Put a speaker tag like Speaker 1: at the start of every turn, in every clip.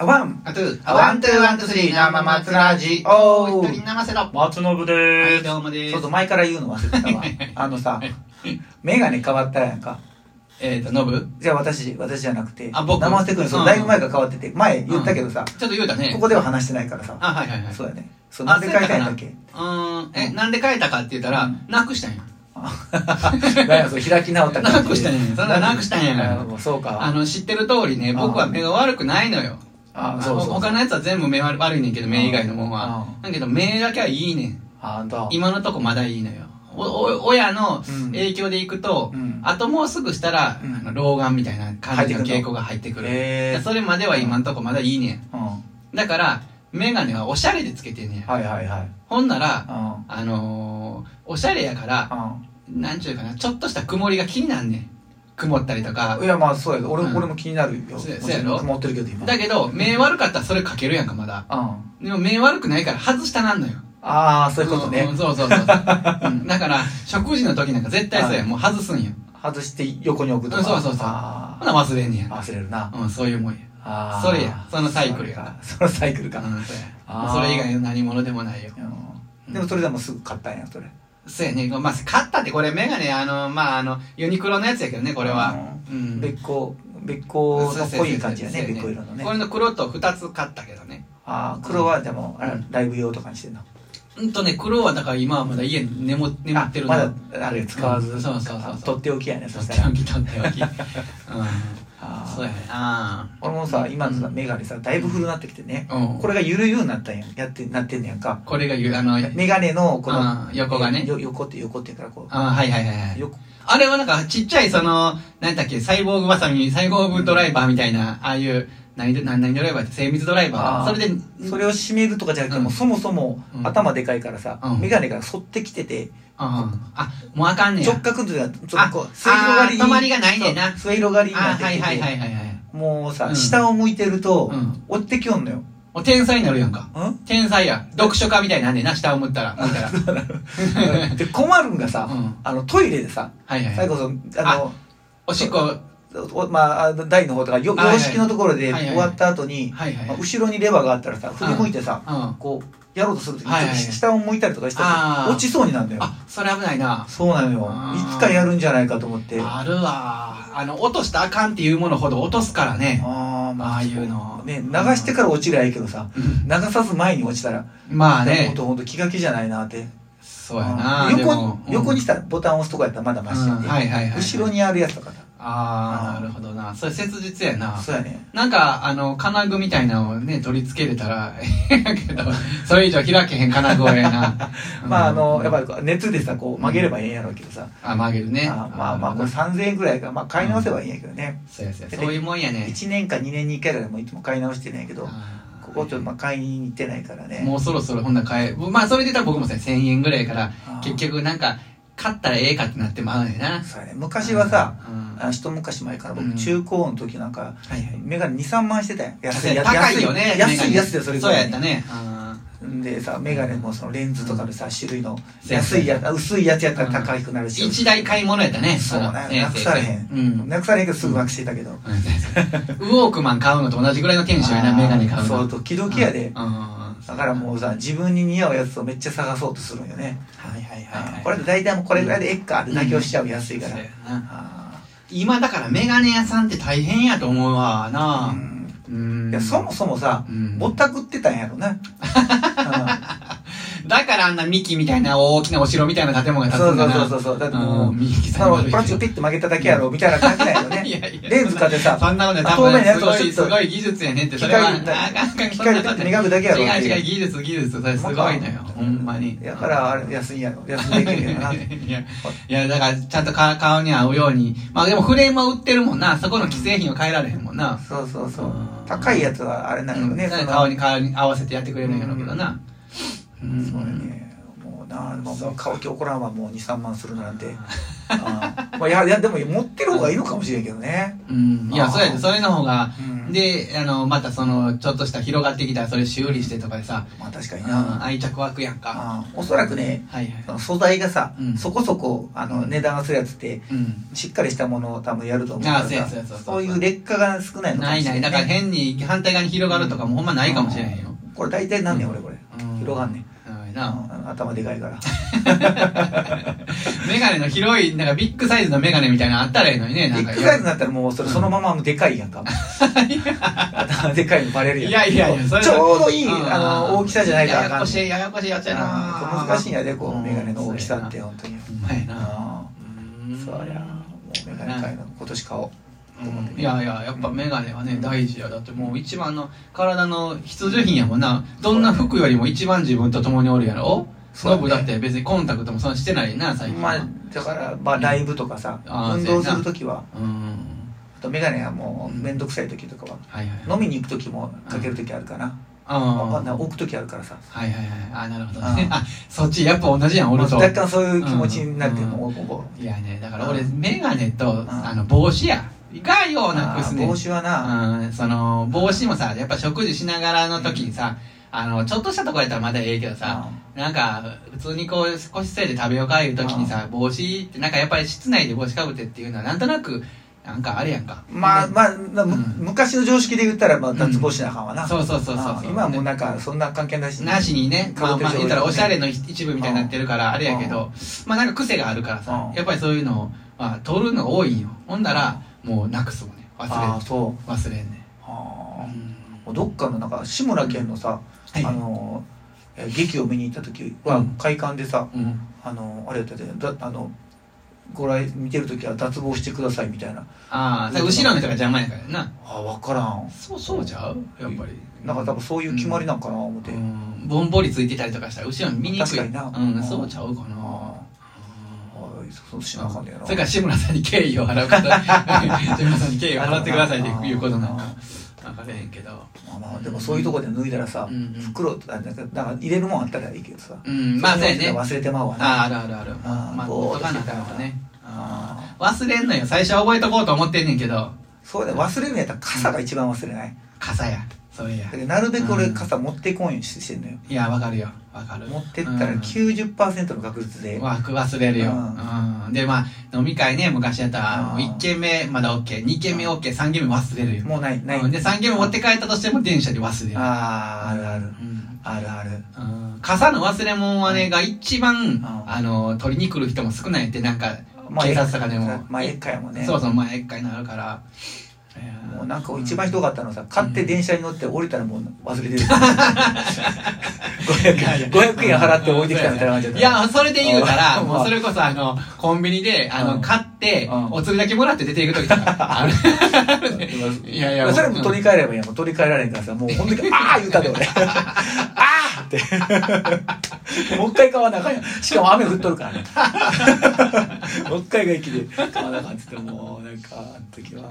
Speaker 1: ワン
Speaker 2: あと、あワン、ツー、ワン、ツー、スリー、生松ラジ。
Speaker 1: おー
Speaker 2: 一人生瀬の。
Speaker 3: 松信
Speaker 2: は
Speaker 3: で
Speaker 2: い、
Speaker 3: す。
Speaker 2: どうもで
Speaker 1: ちょっと
Speaker 2: す。
Speaker 1: 前から言うの忘れてたわ あのさメガネ変わったやんか
Speaker 2: えーと、ノブ
Speaker 1: じゃあ私私じゃなくて
Speaker 2: あ僕
Speaker 1: 生瀬君そう、
Speaker 2: うん
Speaker 1: だいぶ前から変わってて前言ったけどさ、
Speaker 2: ちょっと言うたね。
Speaker 1: ここでは話してないからさ
Speaker 2: あ、はいはいはい。
Speaker 1: そうやねそうな
Speaker 2: あ
Speaker 1: んで変えたいんだっ
Speaker 2: そ
Speaker 1: け
Speaker 2: うやったかなうーん、え、なんで変えたかって言ったら、
Speaker 1: うん
Speaker 2: なくしたんや。
Speaker 1: 何やそう開き直った感じ
Speaker 2: なくしたんやそんななくしたんやから
Speaker 1: あもうそうか
Speaker 2: あの、知ってる通りね、僕は目が悪くないのよ。
Speaker 1: あ
Speaker 2: あ
Speaker 1: そうそうそう
Speaker 2: 他のやつは全部目悪悪いねんけど、目以外のもんは
Speaker 1: うん。
Speaker 2: だけど、目だけはいいねん。
Speaker 1: ああんた
Speaker 2: 今のとこまだいいのよ。おお親の
Speaker 1: うん
Speaker 2: 影響でいくと、
Speaker 1: うん
Speaker 2: あともうすぐしたら、
Speaker 1: うん
Speaker 2: あの老眼みたいな感じ
Speaker 1: 入ってくるの
Speaker 2: の傾向が入ってくる。
Speaker 1: へー
Speaker 2: それまでは今んとこまだいいね
Speaker 1: うんは
Speaker 2: ん。だから、メガネはおしゃれでつけてんねん。
Speaker 1: いはいはい
Speaker 2: ほんなら、
Speaker 1: うんうん
Speaker 2: あのー、おしゃれやから、なんちゅうかな、ちょっとした曇りが気になんねん。曇ったりとか
Speaker 1: い。やまあそうやで俺,、
Speaker 2: うん
Speaker 1: 俺も気になるよ
Speaker 2: そうやそうやろ
Speaker 1: 持ってるけど今
Speaker 2: だけど、目悪かったらそれかけるやんか、まだ。
Speaker 1: うん
Speaker 2: でも目悪くないから外したなんのよ。
Speaker 1: ああそういうこと
Speaker 2: ん
Speaker 1: ね
Speaker 2: んそうそうそうそう、 うんだから、食事の時なんか絶対そうや
Speaker 1: は
Speaker 2: ん。もう外すんよ。
Speaker 1: 外して横に置くとか
Speaker 2: うんそうそうそう
Speaker 1: あ
Speaker 2: ほな忘れんねや
Speaker 1: ー。忘れるな
Speaker 2: うん、そういうもんや。
Speaker 1: あー
Speaker 2: それやそのサイクルや
Speaker 1: それかそのサイクルか、
Speaker 2: うん、そう
Speaker 1: あ
Speaker 2: や。
Speaker 1: ー
Speaker 2: それ以外の何者でもないよ。
Speaker 1: うんでもそれでもすぐ買ったんやそれ
Speaker 2: そうやね。まあ、買ったってこれメガネ、あの、まあ、あの、ユニクロのやつやけどね、これは。うん。
Speaker 1: べっこべっこの濃い感じやね
Speaker 2: そう
Speaker 1: べっこ
Speaker 2: そうそう
Speaker 1: 色のね
Speaker 2: これの黒と2つ買ったけどね。
Speaker 1: ああ黒はでもあれ
Speaker 2: うん
Speaker 1: ライブ用とかにしてんの
Speaker 2: うんとね、黒はだから今はまだ家に眠眠ってるの。
Speaker 1: あまだあれ使わず、
Speaker 2: うんそうそうそうそう
Speaker 1: 取っておきやねそ
Speaker 2: 取っ
Speaker 1: した
Speaker 2: て
Speaker 1: ら
Speaker 2: おき、取っておき。うん。
Speaker 1: あー
Speaker 2: そうやね。あ
Speaker 1: 俺もさ今のさ
Speaker 2: う
Speaker 1: メガネさだいぶ古なってきてね、
Speaker 2: あ。うん。
Speaker 1: これがゆるゆうになったんややってなってんねやんか
Speaker 2: これが言う、あの、
Speaker 1: メガネのこの
Speaker 2: あー横がね。
Speaker 1: よ横って横って言うからこ
Speaker 2: ああ、はいはいはいうはい。
Speaker 1: 横
Speaker 2: あれはなんかちっちゃいその、何だっけ、サイボーグバサミ、サイボーグドライバーみたいな、ああいう、何で、何何ドライバーって精密ドライバ
Speaker 1: あ
Speaker 2: ー
Speaker 1: ー
Speaker 2: か。それで、
Speaker 1: それを締めるとかじゃなくて、
Speaker 2: うん
Speaker 1: もうそもそも
Speaker 2: うん
Speaker 1: 頭でかいからさ、
Speaker 2: うん
Speaker 1: メガネが反ってきてて、
Speaker 2: ああ、もうあかんねや。
Speaker 1: 直角ではちょっとこ
Speaker 2: あ
Speaker 1: う末広がりに
Speaker 2: あー止まりがないねんな
Speaker 1: そう末広がりにな
Speaker 2: あ
Speaker 1: って
Speaker 2: ー
Speaker 1: き
Speaker 2: は
Speaker 1: て
Speaker 2: い
Speaker 1: て、
Speaker 2: はいはいはいはい。
Speaker 1: もうさ、
Speaker 2: うん
Speaker 1: 下を向いてると、
Speaker 2: うん
Speaker 1: 追ってきよんのよ、
Speaker 2: もう天才になるやんか。
Speaker 1: うん
Speaker 2: 天才や。読書家みたいになんねんな、下を向ったら。向いたら。うん。
Speaker 1: で困るんがさ、
Speaker 2: は
Speaker 1: あのトイレでさ
Speaker 2: いはいは
Speaker 1: 最
Speaker 2: い。
Speaker 1: 後そのあの
Speaker 2: おしっこ、は
Speaker 1: おまああの台の方とかよ
Speaker 2: はいはい
Speaker 1: 洋式のところで
Speaker 2: はいはい
Speaker 1: 終わった後に、
Speaker 2: いはい
Speaker 1: ま
Speaker 2: は
Speaker 1: あ
Speaker 2: い。
Speaker 1: 後ろにレバーがあったらさ振り向いてさ、
Speaker 2: うん。
Speaker 1: こうやろうとするときに、
Speaker 2: はいはい
Speaker 1: ちょっと下を向いたりとかして
Speaker 2: あー
Speaker 1: 落ちそうになるんだよ
Speaker 2: あ、それ危ないな。
Speaker 1: そうなのよ
Speaker 2: あー
Speaker 1: いつかやるんじゃないかと思ってあ
Speaker 2: あるわ。あの、落としたらあかんっていうものほど落とすからね。
Speaker 1: あー
Speaker 2: ああいうの
Speaker 1: ね流してから落ちりゃいいけどさ流さず前に落ちたら
Speaker 2: まあね
Speaker 1: ほん。とほんと気が気じゃないなって
Speaker 2: そうやな
Speaker 1: うん
Speaker 2: で
Speaker 1: 横
Speaker 2: も
Speaker 1: に横に
Speaker 2: うん
Speaker 1: したらボタン押すとかやったらまだマシや
Speaker 2: うん
Speaker 1: で
Speaker 2: はいはいはい
Speaker 1: 後ろにあるやつとかさ
Speaker 2: あ
Speaker 1: う
Speaker 2: あ
Speaker 1: ん
Speaker 2: なるほどなそれ切実やな
Speaker 1: そうやね
Speaker 2: なんかあの金具みたいなのをね取り付けれたらええやけどそれ以上開けへん金具はええな
Speaker 1: まああのやっぱ
Speaker 2: り
Speaker 1: りこう熱でさこう曲げればええんやろうけどさ
Speaker 2: あ曲げるね
Speaker 1: あーまあまあこれ
Speaker 2: ー
Speaker 1: 3000円ぐらいがまあ買い直せばいいんやけどね
Speaker 2: そうやそうやそういうもんやね
Speaker 1: 1年か2年に1回ぐらいでもいつも買い直してないけど
Speaker 2: あー
Speaker 1: ここちょっとまあ買いに行ってないからね
Speaker 2: もうそろそろほんなら買えまあそれで言ったら僕もさ1000円ぐらいから
Speaker 1: あー
Speaker 2: 結局なんか買ったらええかってなってまうねんな
Speaker 1: そうやね昔はさ
Speaker 2: うん
Speaker 1: あ一昔前から
Speaker 2: う
Speaker 1: 僕
Speaker 2: ん
Speaker 1: 中高の時なんか
Speaker 2: はいはい
Speaker 1: メガネ23万してたやん安いやつ
Speaker 2: 高いよね
Speaker 1: 安いやつでそれ
Speaker 2: そうやった
Speaker 1: ね
Speaker 2: ねあー
Speaker 1: でさメガネもそのレンズとかでさ種類の
Speaker 2: そうや
Speaker 1: 安いやつ薄いやつやったら高くなるし
Speaker 2: 一大買い物やったね
Speaker 1: そうね
Speaker 2: あの
Speaker 1: なくされへん
Speaker 2: うん
Speaker 1: なくされへんけどすぐなくしてたけど
Speaker 2: ウォークマン買うのと同じぐらいのテンションやな、メガネ買うの。
Speaker 1: そうと気時やで
Speaker 2: うん。は
Speaker 1: だからもうさ自分に似合うやつをめっちゃ探そうとするんよね
Speaker 2: いはい
Speaker 1: あーこれで大体もうこれぐらいでえっかって妥協しちゃう安いから
Speaker 2: そうやな
Speaker 1: あ
Speaker 2: 今だからメガネ屋さんって大変やと思う
Speaker 1: ー
Speaker 2: わ
Speaker 1: う
Speaker 2: な。
Speaker 1: ん
Speaker 2: うん
Speaker 1: いやそもそもさ
Speaker 2: うん
Speaker 1: ぼったくってたんやろ なうん
Speaker 2: だからあんなミキみたいな大きなお城みたいな建物が建
Speaker 1: そう
Speaker 2: つ
Speaker 1: んそ
Speaker 2: だ
Speaker 1: う
Speaker 2: な。
Speaker 1: そうそうそうだってもう
Speaker 2: ミキ
Speaker 1: そ
Speaker 2: さん
Speaker 1: の
Speaker 2: 悪いけど
Speaker 1: プラスチックピッて曲げただけやろみたいな感じなんよ
Speaker 2: い
Speaker 1: ね
Speaker 2: やいや
Speaker 1: レンズ買ってさ
Speaker 2: そんなことね、多
Speaker 1: 透明なや
Speaker 2: 分
Speaker 1: つを
Speaker 2: す
Speaker 1: ちょ
Speaker 2: ごい、
Speaker 1: っと
Speaker 2: すごい技術やねって、それは。
Speaker 1: 機械だ
Speaker 2: あかんあかん
Speaker 1: 機械だって磨くだけやろ
Speaker 2: 違う違う、技術、技術、それすごいのよ。ほんまに。
Speaker 1: だからあれ安いんやろ安いできるんやろな
Speaker 2: いや、いやだからちゃんとか顔に合うように。まあでもフレームは売ってるもんな。そこの既製品は変えられへんもんな。
Speaker 1: そうそうそう
Speaker 2: うん
Speaker 1: 高いやつはあれなんやろね
Speaker 2: うん
Speaker 1: その
Speaker 2: 顔に顔に合わせてやってくれるんやろうけどな。うん
Speaker 1: そうやねもうなも
Speaker 2: そうう
Speaker 1: 買う気起こらんわもう23万するなんてあーまあいやいやでも持ってる方がいいのかもしれんけどね
Speaker 2: うん。いや、そうやで、それの方が
Speaker 1: うんうん
Speaker 2: であのまたそのちょっとした広がってきたらそれ修理してとかでさ、
Speaker 1: まあ確か
Speaker 2: う
Speaker 1: に
Speaker 2: ん、
Speaker 1: な、
Speaker 2: 愛着湧くやんか、
Speaker 1: あーおそらくね
Speaker 2: はいはい
Speaker 1: その素材がさ、
Speaker 2: うん
Speaker 1: そこそこあの値段がするやつって
Speaker 2: うん
Speaker 1: しっかりしたものを多分やると思うか
Speaker 2: あーそうや
Speaker 1: ら
Speaker 2: そうや
Speaker 1: さ
Speaker 2: そうや
Speaker 1: そういう劣化が少ないのかも
Speaker 2: ない
Speaker 1: しれ
Speaker 2: ないだから変に反対側に広がるとかもほんまないかもしれへんよ、
Speaker 1: うんこれ大体なんねん俺これ
Speaker 2: うん
Speaker 1: 広がんねん
Speaker 2: うん、
Speaker 1: う
Speaker 2: なあ
Speaker 1: ん頭でかいから
Speaker 2: メガネの広い、なんかビッグサイズのメガネみたいなのあったらいいのにね、
Speaker 1: ビ
Speaker 2: なんか。
Speaker 1: ッグサイズになったらもうそれそのままでかいやん か頭でかいのバレるやん
Speaker 2: いやいやいやそれ
Speaker 1: ちょうどいい
Speaker 2: うん
Speaker 1: あの大きさじゃないとあ
Speaker 2: やや
Speaker 1: か
Speaker 2: こ
Speaker 1: ん
Speaker 2: しい、ややこしいやつやな。
Speaker 1: あー難しいんやでこ
Speaker 2: う
Speaker 1: うんメガネの大きさって本当に
Speaker 2: ほんまやな。
Speaker 1: ああそうやもうメガネ買いの今年買おう
Speaker 2: うんいやいや、やっぱメガネはね、大事や。だってもう一番の体の必需品やもんな。どんな服よりも一番自分と共におるやろ
Speaker 1: そうや
Speaker 2: ノ
Speaker 1: ね
Speaker 2: ブだって別にコンタクトもそんなしてないな、最近
Speaker 1: ま
Speaker 2: は。
Speaker 1: あだからまあライブとかさ
Speaker 2: あー
Speaker 1: 運動する時は
Speaker 2: うん。
Speaker 1: あとメガネはもう面倒くさい時とかは
Speaker 2: はいはい。
Speaker 1: 飲みに行く時もかける時あるかな
Speaker 2: ああ。
Speaker 1: あな置く時あるからさ
Speaker 2: はいはいはい。あ、なるほどね。
Speaker 1: あ
Speaker 2: あ、そっちやっぱ同じやん、俺と。
Speaker 1: 若干そういう気持ちになってもうこ
Speaker 2: いやね、だから俺、メガネと
Speaker 1: ん、
Speaker 2: あの、帽子や。がようなくすねん。
Speaker 1: 帽子はな
Speaker 2: うん、その、帽子もさ、やっぱ食事しながらの時にさ、あの、ちょっとしたとこやったらまだええけどさ、なんか、普通にこう、少しせいで食べようかいう時にさ、帽子って、なんかやっぱり室内で帽子かぶってっていうのは、なんとなく、なんかあれやんか。
Speaker 1: まあまあなむ
Speaker 2: うん
Speaker 1: 昔の常識で言ったらまあ
Speaker 2: うん
Speaker 1: 脱帽子なあかんわな
Speaker 2: そうそうそうそう
Speaker 1: あー今はもうなんかそんな関係ないし
Speaker 2: なしにね、まあまあ言ったらおしゃれの一部みたいになってるからあれやけど、まあなんか癖があるからさ
Speaker 1: う、ん
Speaker 2: やっぱりそういうのを、まあ取るのが多いんよ。ほんなら、もうなくすもんね。
Speaker 1: ああ
Speaker 2: 忘れん。
Speaker 1: そう
Speaker 2: 忘れんね。
Speaker 1: あ
Speaker 2: うん
Speaker 1: あどっかのなんか志村けんのさあ
Speaker 2: はい
Speaker 1: のえー劇を見に行った時は
Speaker 2: うん
Speaker 1: 会館でさ
Speaker 2: うん
Speaker 1: あのあれやったでだあのご来見てる時は脱帽してくださいみたいな
Speaker 2: ああ、だから後ろの人が邪魔やからな。
Speaker 1: あ分からん
Speaker 2: そう、そうじゃうやっぱり。
Speaker 1: なんか多分そういう決まりなんかな思って、
Speaker 2: うんぼんぼりついてたりとかしたら後ろに見にくい。
Speaker 1: 確かにな
Speaker 2: うん、そうちゃうか
Speaker 1: あ
Speaker 2: な。
Speaker 1: あはいそうしなあかんねやな
Speaker 2: それから志村さんに敬意を 払うこと。志村さんに敬意を払ってくださいっていうことなんか、わかれへんけど。
Speaker 1: まあまあでもそういうとこで脱いだらさ、
Speaker 2: うんうん
Speaker 1: 袋あなんかなんか入れるもんあったらいいけどさ、
Speaker 2: うん、まあそうや
Speaker 1: そ
Speaker 2: ね
Speaker 1: の。忘れてまうわな
Speaker 2: ああるあるある
Speaker 1: あー
Speaker 2: まあ
Speaker 1: ぼー
Speaker 2: 言
Speaker 1: っとし
Speaker 2: 葉
Speaker 1: て
Speaker 2: な
Speaker 1: たら
Speaker 2: んかね
Speaker 1: あ
Speaker 2: 忘れんのよ最初は覚えとこうと思ってんねんけど
Speaker 1: そうだよ忘れるんやったら傘が一番忘れない、
Speaker 2: 傘やそれや
Speaker 1: だけどなるべく俺傘持ってこんようにしてんのよ、
Speaker 2: いやわかるよわかる
Speaker 1: 持ってったら90%の確率で、
Speaker 2: うんわ忘れるよ、
Speaker 1: う
Speaker 2: うんでまあ飲み会ね昔やったら
Speaker 1: うん
Speaker 2: もう1軒目まだ OK2 軒目 OK3 軒目忘れるよ
Speaker 1: もうないない、
Speaker 2: うんで3軒目持って帰ったとしても電車で忘れる
Speaker 1: あああるある
Speaker 2: うん
Speaker 1: あるある
Speaker 2: うん傘の忘れ物はね、が一番、
Speaker 1: ん
Speaker 2: あの取りに来る人も少ないってなんか
Speaker 1: まあ
Speaker 2: 警察とかでも
Speaker 1: まあ一回もね
Speaker 2: そうそう前一回になるからいやー
Speaker 1: もうなんか一番ひどかったのさ買って電車に乗って降りたらもう忘 れてる 500, 円500円払って置いてきたみたいな感じだ
Speaker 2: いや、それで言うたら、
Speaker 1: うん
Speaker 2: もうそれこそあの、コンビニで、あ
Speaker 1: う
Speaker 2: の、
Speaker 1: ん
Speaker 2: 買って
Speaker 1: うん、
Speaker 2: お釣りだけもらって出ていくときとか、ある。いやいや、
Speaker 1: それも取り替えればいいやんもう取り替えられんからさもう本当に ああ言うたで俺ああってもう一回買わなあかんやんしかも雨降っとるから ねもう一回が息で買わなあかんっつってもうなんかあの時は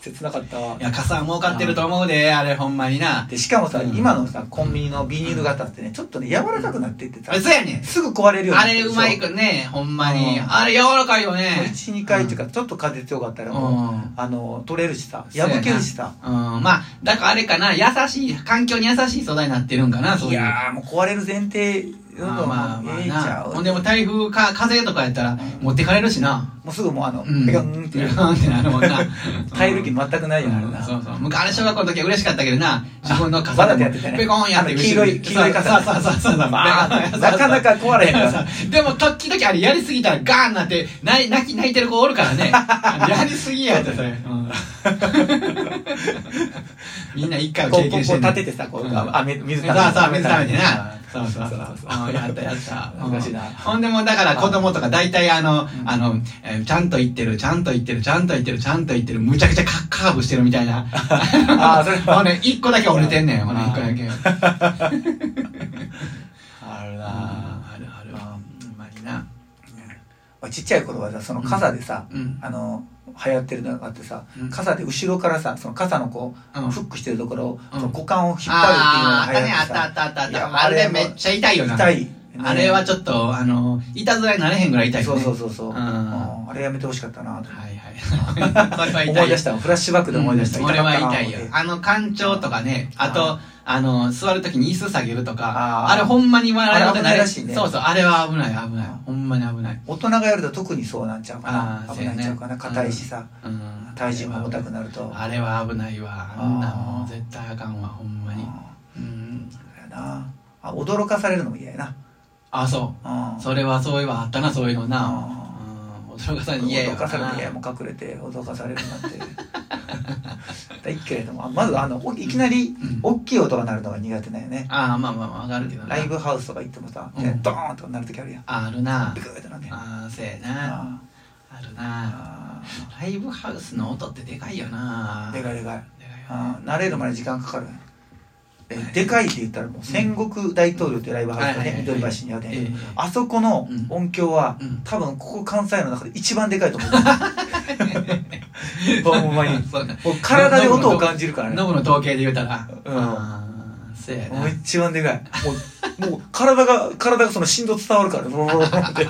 Speaker 1: 切なかったわ
Speaker 2: いや、傘儲かってると思うで、あれほんまにな。
Speaker 1: でしかもさ、
Speaker 2: うん
Speaker 1: 今のさコンビニのビニール型ってねちょっとね柔らかくなってってさ、
Speaker 2: あそうやねん。
Speaker 1: すぐ壊れるように
Speaker 2: あ
Speaker 1: なって
Speaker 2: れ
Speaker 1: る
Speaker 2: う
Speaker 1: でしょ
Speaker 2: まいくね、ほんまに。
Speaker 1: うん
Speaker 2: あれ柔らかいよね。
Speaker 1: 12回っていうかちょっと風強かったらもう、
Speaker 2: うん
Speaker 1: あの取れるしさ
Speaker 2: そうやな
Speaker 1: 破けるしさ
Speaker 2: うん、まあ、だからあれかな、優しい、環境に優しい素材になってるんかな、そう
Speaker 1: い
Speaker 2: いう。
Speaker 1: やーもう壊れる前提どん
Speaker 2: ま
Speaker 1: ど
Speaker 2: あ
Speaker 1: ん
Speaker 2: まあ
Speaker 1: も
Speaker 2: ま
Speaker 1: う
Speaker 2: あ
Speaker 1: ええんち
Speaker 2: な。
Speaker 1: ゃう
Speaker 2: ほんでもう台風か、風とかやったら、持ってかれるしな。
Speaker 1: もうすぐもうあの、
Speaker 2: うん。
Speaker 1: ペカンって。
Speaker 2: ペカンってなるもんな
Speaker 1: 耐える気全くないじゃんあれな、
Speaker 2: そうそう。昔、あれ小学校の時は嬉しかったけどな、自分の
Speaker 1: バ
Speaker 2: 傘
Speaker 1: ラで
Speaker 2: で
Speaker 1: や
Speaker 2: も
Speaker 1: ってたね
Speaker 2: ペコンやっ
Speaker 1: あ
Speaker 2: て
Speaker 1: の黄色い黄色い傘
Speaker 2: そうそうそうそうそう。
Speaker 1: まあ
Speaker 2: ペコン
Speaker 1: なかなか壊れへんから
Speaker 2: そうそうでも、時々あれやりすぎたらガーンなって、泣い泣き泣いてる子お るからね。やりすぎやって、それ。うん みんな一回は
Speaker 1: こう
Speaker 2: 経
Speaker 1: こう
Speaker 2: 験して
Speaker 1: こう
Speaker 2: る
Speaker 1: 立ててさこう、あめ水
Speaker 2: そうそう、水食べてな。そうそうそう。
Speaker 1: そう
Speaker 2: うんやったやった。
Speaker 1: 懐かしいな
Speaker 2: うんほんでもうだから子供とか大体あの、あの、えーちゃんと言ってる、ちゃんと言ってる、ちゃんと言ってる、ちゃんと言ってる、むちゃくちゃカカーブしてるみたいな。
Speaker 1: あーそれは
Speaker 2: もうね、一個だけ折れてんねん、ほら、
Speaker 1: あー
Speaker 2: 一個だけ。
Speaker 1: あるな
Speaker 2: あるある。ほんまにな。
Speaker 1: あちっちゃい頃はさその傘でさ、
Speaker 2: うん。
Speaker 1: あの流行ってるのがあってさ、
Speaker 2: うん
Speaker 1: 傘で後ろからさその傘のこう、
Speaker 2: うん
Speaker 1: フックしてるところを、
Speaker 2: うん
Speaker 1: その股間を引っ張るっていうのが流
Speaker 2: あーあっ
Speaker 1: 行っ
Speaker 2: た
Speaker 1: て
Speaker 2: ね、
Speaker 1: さ
Speaker 2: あったあったあ
Speaker 1: い
Speaker 2: っ
Speaker 1: や
Speaker 2: た。あれ
Speaker 1: もう
Speaker 2: めっちゃ痛いよな。
Speaker 1: 痛い
Speaker 2: あれはちょっと、あの、いたずらになれへんぐらい痛いよ
Speaker 1: そう
Speaker 2: ね。
Speaker 1: そうそうそう、
Speaker 2: うん
Speaker 1: あれやめてほしかったなと
Speaker 2: はいはい。これは痛い。
Speaker 1: 思い出したフラッシュバックで思い出した、
Speaker 2: うん俺は痛いよ
Speaker 1: かったな思って
Speaker 2: あの干潮とかねあ
Speaker 1: あ
Speaker 2: とあの座るときに椅子下げるとか
Speaker 1: あ
Speaker 2: あ
Speaker 1: ー
Speaker 2: れほんまに笑い事にな
Speaker 1: あれ危ない
Speaker 2: る
Speaker 1: らしいね
Speaker 2: そうそうあれは危ない危ない
Speaker 1: あ
Speaker 2: ほんまに危ない
Speaker 1: 大人がやると特にそうなんちゃうか
Speaker 2: あ
Speaker 1: な
Speaker 2: ー
Speaker 1: 危ないんちゃうかな
Speaker 2: そうやね
Speaker 1: 硬いしさ、
Speaker 2: うん
Speaker 1: 体重も重たくなると
Speaker 2: あれは危ないわあんな
Speaker 1: あー
Speaker 2: もう絶対あかんわほんまに
Speaker 1: あ
Speaker 2: うん
Speaker 1: ーそうやなあ驚かされるのも嫌やな
Speaker 2: あそう
Speaker 1: うん
Speaker 2: それはそういえばあったなそういうのな
Speaker 1: あ
Speaker 2: うん驚かさ
Speaker 1: ー
Speaker 2: れに嫌や
Speaker 1: 驚かされるいや
Speaker 2: わ
Speaker 1: もう隠れて驚かされるなんて大っ嫌いでもまずあのおいきなり
Speaker 2: うん
Speaker 1: 大きい音が鳴るのが苦手なんよね
Speaker 2: ああまあまあまあわかるけどな
Speaker 1: ライブハウスとか行ってもさ、
Speaker 2: うん
Speaker 1: ドーンとか鳴る時あるやん
Speaker 2: あるな
Speaker 1: ビクッとなって
Speaker 2: ああせやな
Speaker 1: あ
Speaker 2: ある
Speaker 1: ー
Speaker 2: な
Speaker 1: あ
Speaker 2: ライブハウスの音ってでかいよな
Speaker 1: ーでかいでかい
Speaker 2: でかいよな
Speaker 1: あー慣れるまで時間かかるえでかいって言ったらもう戦国大統領っていうライブハウスが
Speaker 2: はい
Speaker 1: ね
Speaker 2: はいはい
Speaker 1: 緑橋にあって
Speaker 2: ええ
Speaker 1: あそこの音響は、
Speaker 2: うん
Speaker 1: 多分ここ関西の中で一番でかいと 思うほんまに
Speaker 2: そうか
Speaker 1: もう体で音を感じるからね
Speaker 2: ノブの統計で言うたら。
Speaker 1: うん
Speaker 2: あーそうや
Speaker 1: もう
Speaker 2: な。
Speaker 1: 一番でかいもうもう体が体がその振動伝わる からボロボロボロって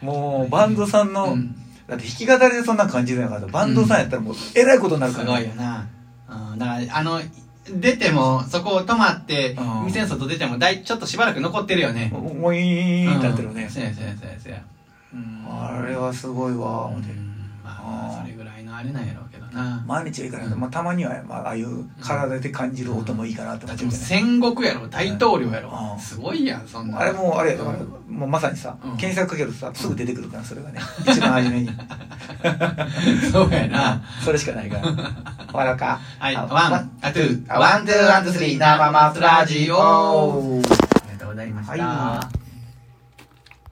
Speaker 1: もうバンドさんの、
Speaker 2: うん
Speaker 1: だって弾き語りでそんな感じじゃなかったバンドさんやったらもうえらいことになるか
Speaker 2: す
Speaker 1: ら
Speaker 2: ご
Speaker 1: ね、
Speaker 2: いよな。うんだから、あの、出ても、そこを止まって
Speaker 1: うん、
Speaker 2: 店の外出ても、だいちょっとしばらく残ってるよね。
Speaker 1: もうもういーんってなってるよ
Speaker 2: う
Speaker 1: ね
Speaker 2: ん、そうやそうやそうやそうや。うん
Speaker 1: あれはすごいわ思って
Speaker 2: うんま
Speaker 1: あー
Speaker 2: あ、それぐらいのあれなんやろうけどな。
Speaker 1: 毎日はいかないけど、まあ、たまには、まあ、ああいう体で感じる音もいいかなと
Speaker 2: だ
Speaker 1: 思
Speaker 2: っ
Speaker 1: ってて
Speaker 2: も
Speaker 1: る
Speaker 2: う
Speaker 1: けどね
Speaker 2: 戦国やろ、大統領やろ
Speaker 1: う。ん
Speaker 2: すごいやん、そんな。
Speaker 1: あれもうあれ、
Speaker 2: うん
Speaker 1: もうまさにさ、
Speaker 2: うん
Speaker 1: 検索かけるとさすぐ出てくるからそれがね一番初め に
Speaker 2: そうやな。
Speaker 1: それしかないから終わろうか
Speaker 2: はい、
Speaker 1: あ
Speaker 2: ワン、アトゥー、
Speaker 1: ワンツーワンツースリー生マスラジオ
Speaker 2: ありがとうございました。
Speaker 1: はい